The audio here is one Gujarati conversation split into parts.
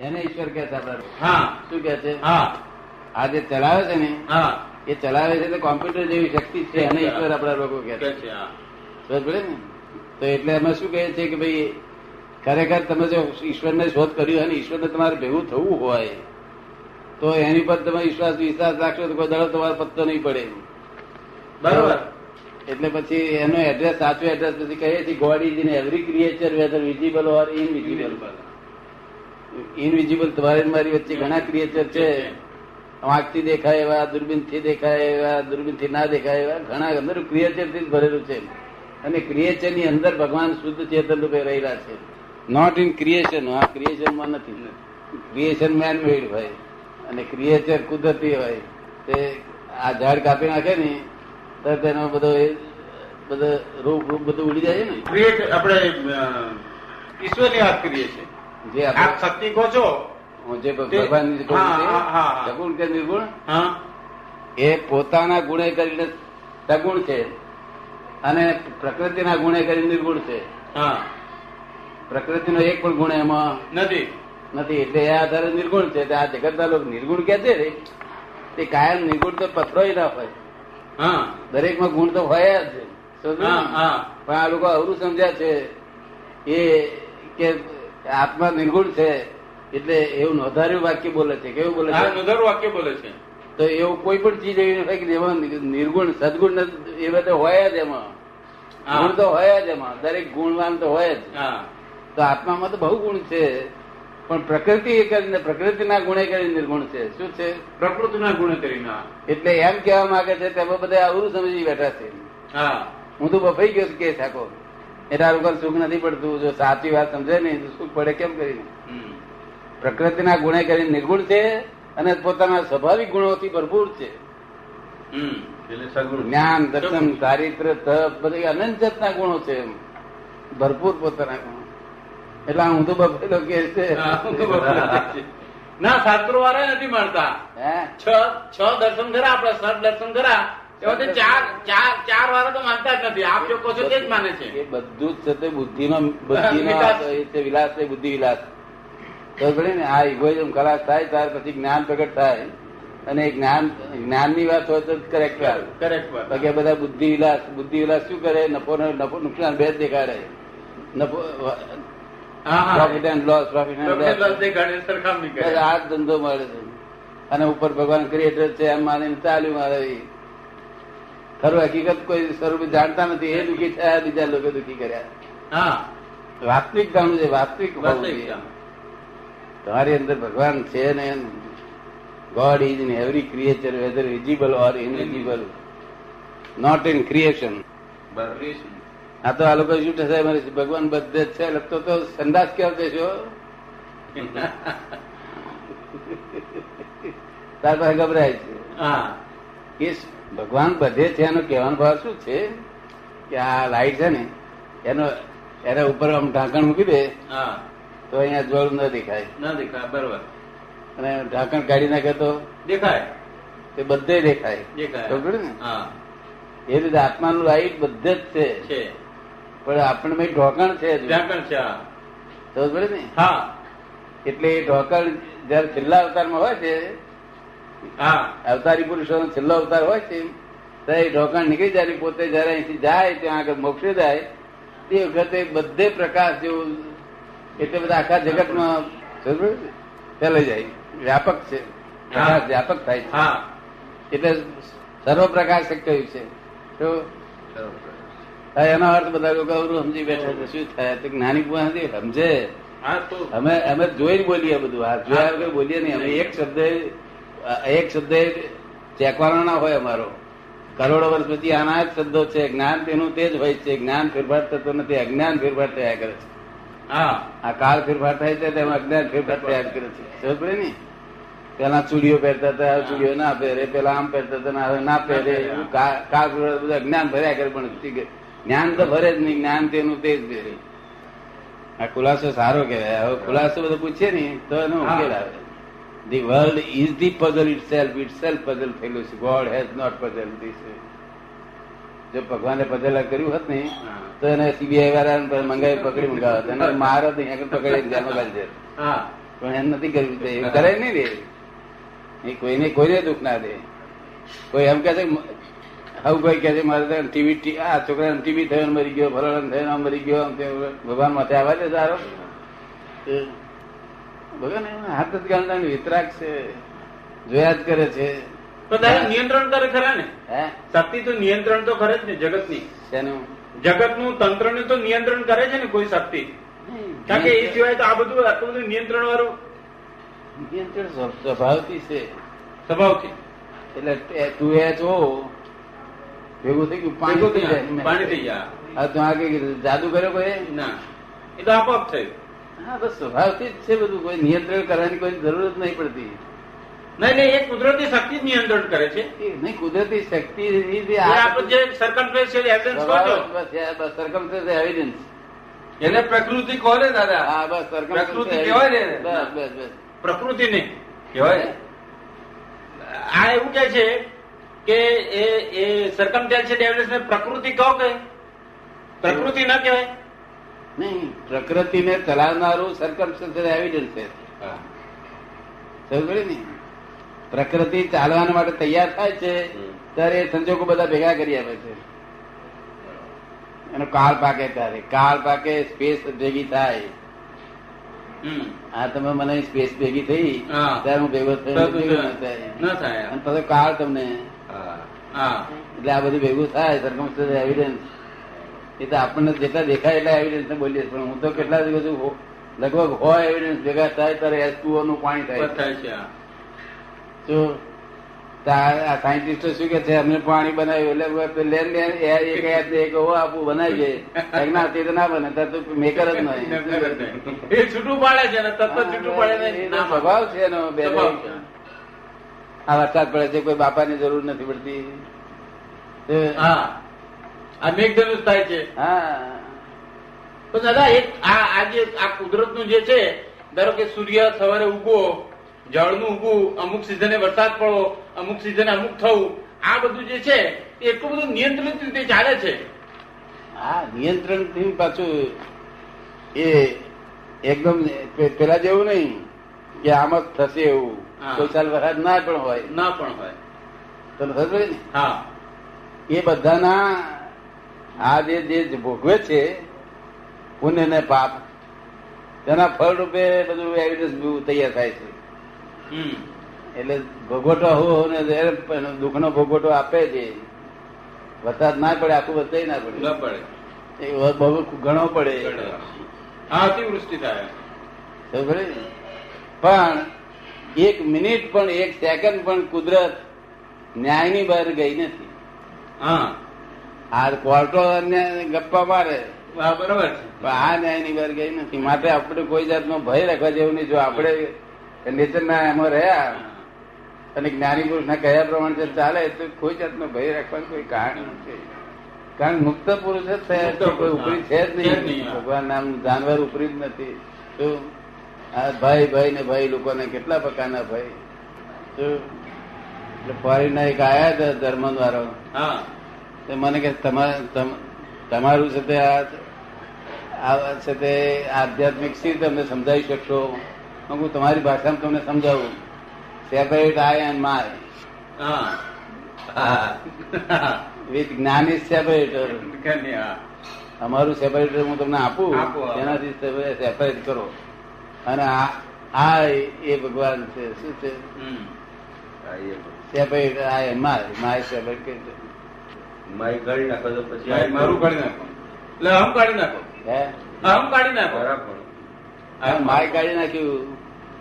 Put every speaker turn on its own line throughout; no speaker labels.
એને ઈશ્વર કે છે આપણા.
હા
શું કે છે
હા
આ જે ચલાવે છે ને
હા
એ ચલાવે છે એટલે કોમ્પ્યુટર જેવી શક્તિ છે અને ઈશ્વર આપણા લોકો કે છે
કે છે હા
સમજ પડે ને તો એટલે એમાં શું કહે છે કે ભાઈ ખરેખર તમે જો ઈશ્વરને શોધ કર્યું અને ઈશ્વરને તમારે ભેગું થવું હોય તો એની પર તમે વિશ્વાસ વિશ્વાસ રાખશો તો કોઈ દડો તમારો પત્તો નહીં પડે
બરોબર
એટલે પછી એનો એડ્રેસ સાચો એડ્રેસ પછી કહીએ છીએ God is in every creature whether visible or invisible invisible તમારે ને મારી વચ્ચે ઘણા ક્રિએચર છે આંખથી દેખાય એવા દૂરબીનથી દેખાય એવા દૂરબીનથી ના દેખાય એવા ઘણા અંદર ક્રિએચર થી જ ભરેલું છે અને ક્રિએચર ની અંદર ભગવાન શુદ્ધ ચેતન રૂપે રહેલા છે નોટ ઇન ક્રિએશન આ ક્રિએશન માં નથી ક્રિએશન મેન મેડ હોય અને ક્રિએચર કુદરતી હોય તે આ ઝાડ કાપી નાખે ને તો તેનો બધો એ બધો રૂપ રૂપ બધું ઉડી જાય છે
ક્રિએટ આપણે અ, ઈશ્વરની વાત કરીએ છીએ
ને જે
આપ
આપણે
શક્તિ કહો છો
જે ભગવાન
હા, હા, હા, હા.
સગુણ કે નિર્ગુણ
હા
એ પોતાના ગુણે કરીને સગુણ છે અને પ્રકૃતિના ગુણે કરીને નિર્ગુણ છે
હા
પ્રકૃતિનો એક પણ ગુણ એમાં
નથી
નથી એટલે એ આધારે નિર્ગુણ છે એટલે આ જગતના લોકો નિર્ગુણ કે છે ને, તે કાયમ નિર્ગુણ તો પથરોય ના હોય
હા
દરેકમાં ગુણ તો હોય જ સમજો ને?
હા હા
પણ આ લોકો અવરું સમજ્યા છે એ કે આત્મા નિર્ગુણ છે એટલે એવું નોંધાર્યું વાક્ય બોલે છે કેવું બોલે
આ
છે
નજર વાક્ય બોલે છે
તો એવું કોઈ પણ ચીજ એવી નથી કે જેમાં નિર્ગુણ સદગુણ ન- એ બધા હોય જ એમાં
હા.
ગુણ તો હોય જ એમાં દરેક ગુણવાન તો હોય જ
હા
તો આત્મામાં તો બહુ ગુણ છે પણ પ્રકૃતિ એ કરીને પ્રકૃતિના ગુણે કરીને નિર્ગુણ છે શું છે
પ્રકૃતિના ગુણ કરીને આ.
એટલે એમ કહેવા માંગે છે તેમાં બધા અવરું સમજી બેઠા છે
હા
હું તો બફાઈ ગયો છું કે થાકો એટલે આ લોકોને સુખ નથી પડતું જો સાચી વાત સમજે ને તો સુખ પડે કેમ કરીને
હમ.
પ્રકૃતિના ગુણે કરીને નિર્ગુણ છે અને પોતાના સ્વાભાવિક ગુણોથી ભરપૂર છે
હમ. એટલે સગુણ
જ્ઞાન દર્શન ચારિત્ર તપ બધી અનંત જાતના ગુણો છે એમ ભરપૂર પોતાના ગુણો એટલે આ હું તો બફેલો કે છે
હા, બરાબર છે. ના શાસ્ત્રો વાળા નથી મળતા
હે?
છ છ દર્શન ખરા આપડે સત દર્શન ખરા એમાં તો ચાર ચાર ચાર વાળા તો માનતા જ નથી આપ જો કહો છો તે જ માને છે
એ બધું જ છે તે બુદ્ધિનો બુદ્ધિનો
વિલાસ.
એ છે વિલાસ એ બુદ્ધિ વિલાસ તો ભલે ને આ ઇગોઇઝમ ખલાસ થાય ત્યાર પછી જ્ઞાન પ્રગટ થાય અને એ જ્ઞાન જ્ઞાનની વાત હોય તો કરેક્ટ આવે
કરેક્ટ
બાકી આ બધા બુદ્ધિ વિલાસ બુદ્ધિ વિલાસ શું કરે નફો ને નફો નુકસાન બે જ દેખાડે નફો
હા હા
profit and loss profit and
તમને
લોસ
લસ દેખાડે સરખામણી કરે
બસ આ જ ધંધો મળે છે અને ઉપર ભગવાન ક્રિએટર છે એમ માની ચાલ્યું મારે ઈ. ખરું હકીકત કોઈ સ્વરૂપ જાણતા નથી એ દુઃખી થયા બીજા લોકો દુઃખી કર્યા
હા
વાસ્તવિકતાનું જે વાસ્તવિક હોવું જોઈએ.
વાસ્તવિકતા.
તમારી અંદર ભગવાન છે ને God is in every creature whether visible or invisible not in creation આ તો આ લોકો શું થશે મારે ભગવાન બધે જ છે લગતો તો સંદાસ કેવો દેશો ત્યાર પાસે ગભરાય છે
હા
કે ભગવાન બધે છે એનો કહેવાનો ભાવ શું છે કે આ લાઈટ છે ને એનો એના ઉપર આમ ઢાંકણ મૂકી દે
હા
તો અહીંયા જોર ન દેખાય
ના દેખાય બરોબર
અને ઢાંકણ કાઢી નાખે તો
દેખાય
તે બધે દેખાય
દેખાય
ખબર પડી ને
હા
એ રીતે આત્માનું લાઈટ બધે જ છે
છે
પણ આપણને ઢોકણ છે જ.
વ્યાકરણ છે હા.
ખબર પડી ને
હા
એટલે એ ઢોકણ જયારે છેલ્લા અવતારમાં હોય છે
હા
અવતારી પુરુષોનો છેલ્લો અવતાર હોય છે ત્યારે એ ઢોકણ નીકળી જાય ને પોતે જયારે અહીંથી જાય ત્યાં આગળ મોક્ષે જાય તે વખતે બધે પ્રકાશ જેવું એટલે બધા આખા જગતમાં ખબર પડી ને? ફેલાઈ જાય વ્યાપક છે પ્રકાશ વ્યાપક થાય છે
હા
એટલે સર્વ પ્રકાશ કહ્યું છે તો હા, એનો અર્થ બધા લોકો અવરું સમજી બેઠા છે શું થાય તો જ્ઞાની પુરાણ નથી સમજે
હા તો
અમે અમે જોઈને બોલીએ બધું આ જોયા વગર બોલીએ નહીં અમે એક શબ્દ એક શબ્દ ચેકવાનો ના હોય અમારો કરોડો વર્ષ પછી આના જ શબ્દો છે જ્ઞાન તેનું તે જ હોય છે જ્ઞાન ફેરફાર થતો નથી અજ્ઞાન ફેરફાર થયા કરે છે
હા
આ કાળ ફેરફાર થાય છે તેમાં અજ્ઞાન ફેરફાર થયા કરે છે સમજ પડે ને પેલા ચૂડીઓ પહેરતા હતા હવે ચૂડીઓ ના પહેરે પેલા આમ પહેરતા હતા ને હવે ના પહેરે એવું કા- કાળ ફેરફાર બધું અજ્ઞાન ભર્યા કરે પણ જ્ઞાન તો ભરે જ નહીં જ્ઞાન તેનું તે જ ભરે આ ખુલાસો સારો કહેવાય હવે ખુલાસો બધો પૂછીએ ને તો એનો
હા.
ઉકેલ આવે the world is the puzzle itself itself puzzle થયેલું છે God has not puzzle this જો ભગવાને પઝલ કર્યું હોત ને
હા.
તો એને સીબીઆઈ વાળા મંગાવી પકડી મંગાવત એને મારો તો અહીંયા આગળ પકડી ને જેલમાં ગાળી દેત.
હા
પણ એમ નથી કરવી જોઈએ. એવું કરે નહીં રે એ કોઈને કોઈને દુઃખ ના દે કોઈ એમ કહે છે આવું કોઈ કહે છે મારે તો ટીવી આ છોકરા ટીવી થયો ને મરી ગયો ફલાણા થયો ને આમ મરી ગયો આમ તેમ. ભગવાન માથે આવે છે સારો એ ભગવાન એના હાથ જ ગાંડા ને વિતરાગ છે જોયા જ કરે છે
તો દાદા નિયંત્રણ કરે ખરા ને
હે
શક્તિ તો નિયંત્રણ તો કરે જ ને જગતની
શેનું
જગતનું તંત્રનું તો નિયંત્રણ કરે છે ને કોઈ શક્તિ કારણ કે એ સિવાય તો આ બધું આટલું બધું નિયંત્રણ વાળું
નિયંત્રણ સ્વ- સ્વભાવથી છે
સ્વભાવથી
એટલે એ તું એ છો ભેગું થઈ ગયું પાણી થઈ જાય.
પાણી થઈ ગયા
હા તો આ કઈ કીધું? જાદુ કર્યો કોઈ
ના એ તો આપોઆપ થયું
હા બસ સ્વભાવથી જ છે બધું કોઈ નિયંત્રણ કરવાની કોઈ જરૂર જ નહીં પડતી
નહીં નહીં એ કુદરતી શક્તિ જ નિયંત્રણ કરે છે
એ નહીં કુદરતી શક્તિ એ જે
એ આપણું જે circumferential essence કહો છો,
સ્વભાવ બસ એ બસ circumstance evidence.
એને પ્રકૃતિ કહો ને દાદા
હા બસ circumstance
પ્રકૃતિ
evidence.
કહેવાય ને.
બસ બસ બસ
પ્રકૃતિને
કહેવાય ને?
આ એવું કહે છે કે એ એ circumferential evidence ને પ્રકૃતિ કહો કે પ્રકૃતિ ના કહેવાય
નહીં પ્રકૃતિને ચલાવનારું circumstantial evidence છે
હા.
સમજ પડી ને? પ્રકૃતિ ચાલવા માટે તૈયાર થાય છે
હમ.
ત્યારે એ સંજોગો બધા ભેગા કરી આપે છે એનો કાળ પાકે ત્યારે કાળ પાકે સ્પેસ ભેગી થાય
હમ.
આ તમે મને સ્પેસ ભેગી થઈ
હા.
ત્યારે હું ભેગો થયો
પ્રકૃતિ
ભેગો
ના-
ન થાય.
ન થાય
અને પાછો કાળ તમને
હા.
હા
એટલે આ બધું ભેગું થાય circumstantial evidence. એ તો આપણને જેટલા દેખાય એટલા એવિડન્સ ને બોલીએ છીએ. પણ હું તો કેટલા દિવસ છું, હો- લગભગ હોય એવિડન્સ ભેગા થાય ત્યારે H2O નું પાણી થાય
બસ થાય છે હા.
જો તો આ આ scientist શું કે છે અમને પાણી બનાવ્યું એટલે હવે પેલે ને એ એક હાથ ને એક હો આપું બનાવીએ કંઈક ના તે તો ના બને તાર તો મેકર જ નહીં
એ છૂટું પાડે છે ને તત્વ છૂટું પાડે
એ
ને
તો સ્વભાવ છે એનો બે
સ્વભાવ છે.
આ વરસાદ પડે છે કોઈ બાપાની જરૂર નથી પડતી તે-
હા આ મેઘધનુષ થાય છે
હા
તો દાદા એક આ આ જે આ કુદરતનું જે છે ધારો કે સૂર્ય સવારે ઉગવો જળનું ઉગવું અમુક સિઝને વરસાદ પડવો અમુક સિઝને અમુક થવું આ બધું જે છે એ એટલું બધું નિયંત્રિત રીતે ચાલે છે
હા નિયંત્રણ થી પાછું એ એકદમ પે- પેલા જેવું નહીં કે આમ જ થશે એવું
હા.
કોઈ સાલ વરસાદ ના પણ હોય
ના પણ હોય
તને ખબર પડી ને?
હા
એ બધાના આ જે જે ભોગવે છે પુણ્ય ને પાપ તેના ફળ રૂપે બધું એવિડન્સ તૈયાર થાય છે
હમ
એટલે ભોગવટો હોવો ને જ્યારે પણ દુઃખનો ભોગવટો આપે છે વરસાદ ના પડે આખું વરસાદ ના
ન
પડે
પડે
એ વ- બહુ ઘણો પડે
હા અતિવૃષ્ટિ થાય
ખબર પડી ને? પણ એક મિનિટ પણ એક સેકન્ડ પણ કુદરત ન્યાયની બહાર ગઈ નથી
હા
આ કોર્ટો અન્ય ગપ્પા મારે
હા, બરાબર છે
પણ આ ન્યાયની બહાર ગઈ નથી માટે આપણે કોઈ જાતનો ભય રાખવા જેવું નહીં જો આપણે નેચરના એમાં રહ્યા અને જ્ઞાની પુરુષના કયા પ્રમાણે જો ચાલે તો કોઈ જાતનો ભય રાખવાનું કોઈ કારણ નથી કારણ મુક્ત પુરુષ જ થયા છે કોઈ ઉપરી છે જ
છે જ
નહીં
નહીં.
ભગવાન નામ જાનવર ઉપરી જ નથી તો આ ભાઈ ભાઈ ને ભાઈ લોકોને કેટલા પ્રકારના ભાઈ તો એટલે ફોરીના એક આયા હતા ધર્મ વાળો
હા
તે મને કે તમા- તમ- તમારું છે તે આ આ છે તે આધ્યાત્મિક સ્થિતિ તમને સમજાવી શકશો હું કહું, તમારી ભાષામાં તમને સમજાવું સેપરેટ આય એન્ડ માય
હા
હા.
વિથ જ્ઞાન ઇઝ સેપરેટર
ધન્યવાદ.
અમારું સેપરેટર હું તમને આપું
આપો, આપો.
તેનાથી સેપરેટ કરો અને આ આ એ ભગવાન છે શું છે
હમ.
હા, એ તો.
Separate I and my my separate કરી દો.
માય કાઢી નાખો તો પછી
ભાઈ, મારું કાઢી નાખો એટલે હમ કાઢી નાખો
હે
હમ કાઢી નાખો
બરાબર.
આ માય કાઢી નાખ્યું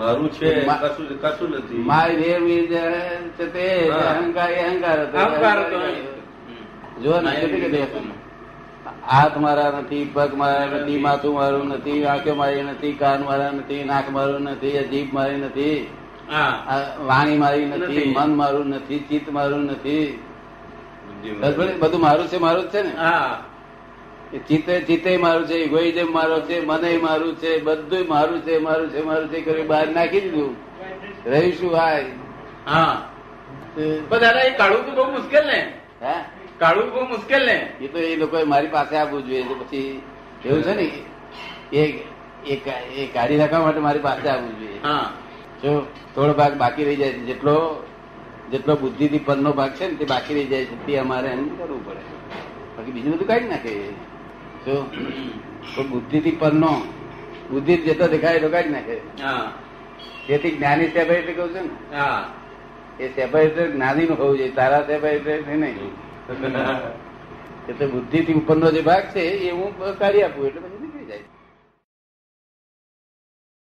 મારું છે
મા-
કશું કશું નથી
માય વેર is there, છે તે
હા.
અહંકાર એ અહંકાર હતો.
અહંકાર હતો.
જુઓ ને,
માય
કેટલી કેટલી
વેર.
વસ્તુમાં. હાથ મારા નથી પગ મારા નથી માથું મારું નથી આંખે મારી નથી કાન મારા નથી નાક મારું નથી જીભ મારી નથી
હા
આ વાણી મારી નથી
નથી.
મન મારું નથી ચિત્ત મારું નથી
બુદ્ધિ
બસ ભલે, બધું મારું છે મારું જ છે ને
હા
એ ચિત્તે ચિત્તે મારું છે ઇગોઇઝમ મારો છે મને મારું છે બધું મારું છે મારું છે મારું છે કરી બહાર નાખી દીધું રહ્યું શું હાય
હા
તે-
પણ દાદા એ કાઢવું તો બહુ મુશ્કેલ ને
હા
કાઢવું બહુ મુશ્કેલ ને
એ તો એ લોકોએ મારી પાસે આપવું જોઈએ તો પછી એવું છે ને એ એ એ કાઢી રાખવા માટે મારી પાસે આવવું જોઈએ
છે
હા
જો થોડો ભાગ બાકી રહી જાય છે જેટલો જેટલો બુદ્ધિથી પરનો ભાગ છે ને તે બાકી રહી જાય છે તે અમારે એમ કરવું પડે બાકી બીજું બધું કાઢી નાખે જો પણ બુદ્ધિથી પરનો બુદ્ધિ જેટલો દેખાય એટલો કાઢી નાખે
હા
તેથી જ્ઞાની સેભાઈ એટલે કહું છું ને
હા
એ સેભાઈ એટલે જ્ઞાની નું હોવું જોઈએ તારા સેભાઈ એટલે નહીં એટલે બુદ્ધિથી ઉપરનો જે ભાગ છે એ હું કાઢી આપું એટલે પછી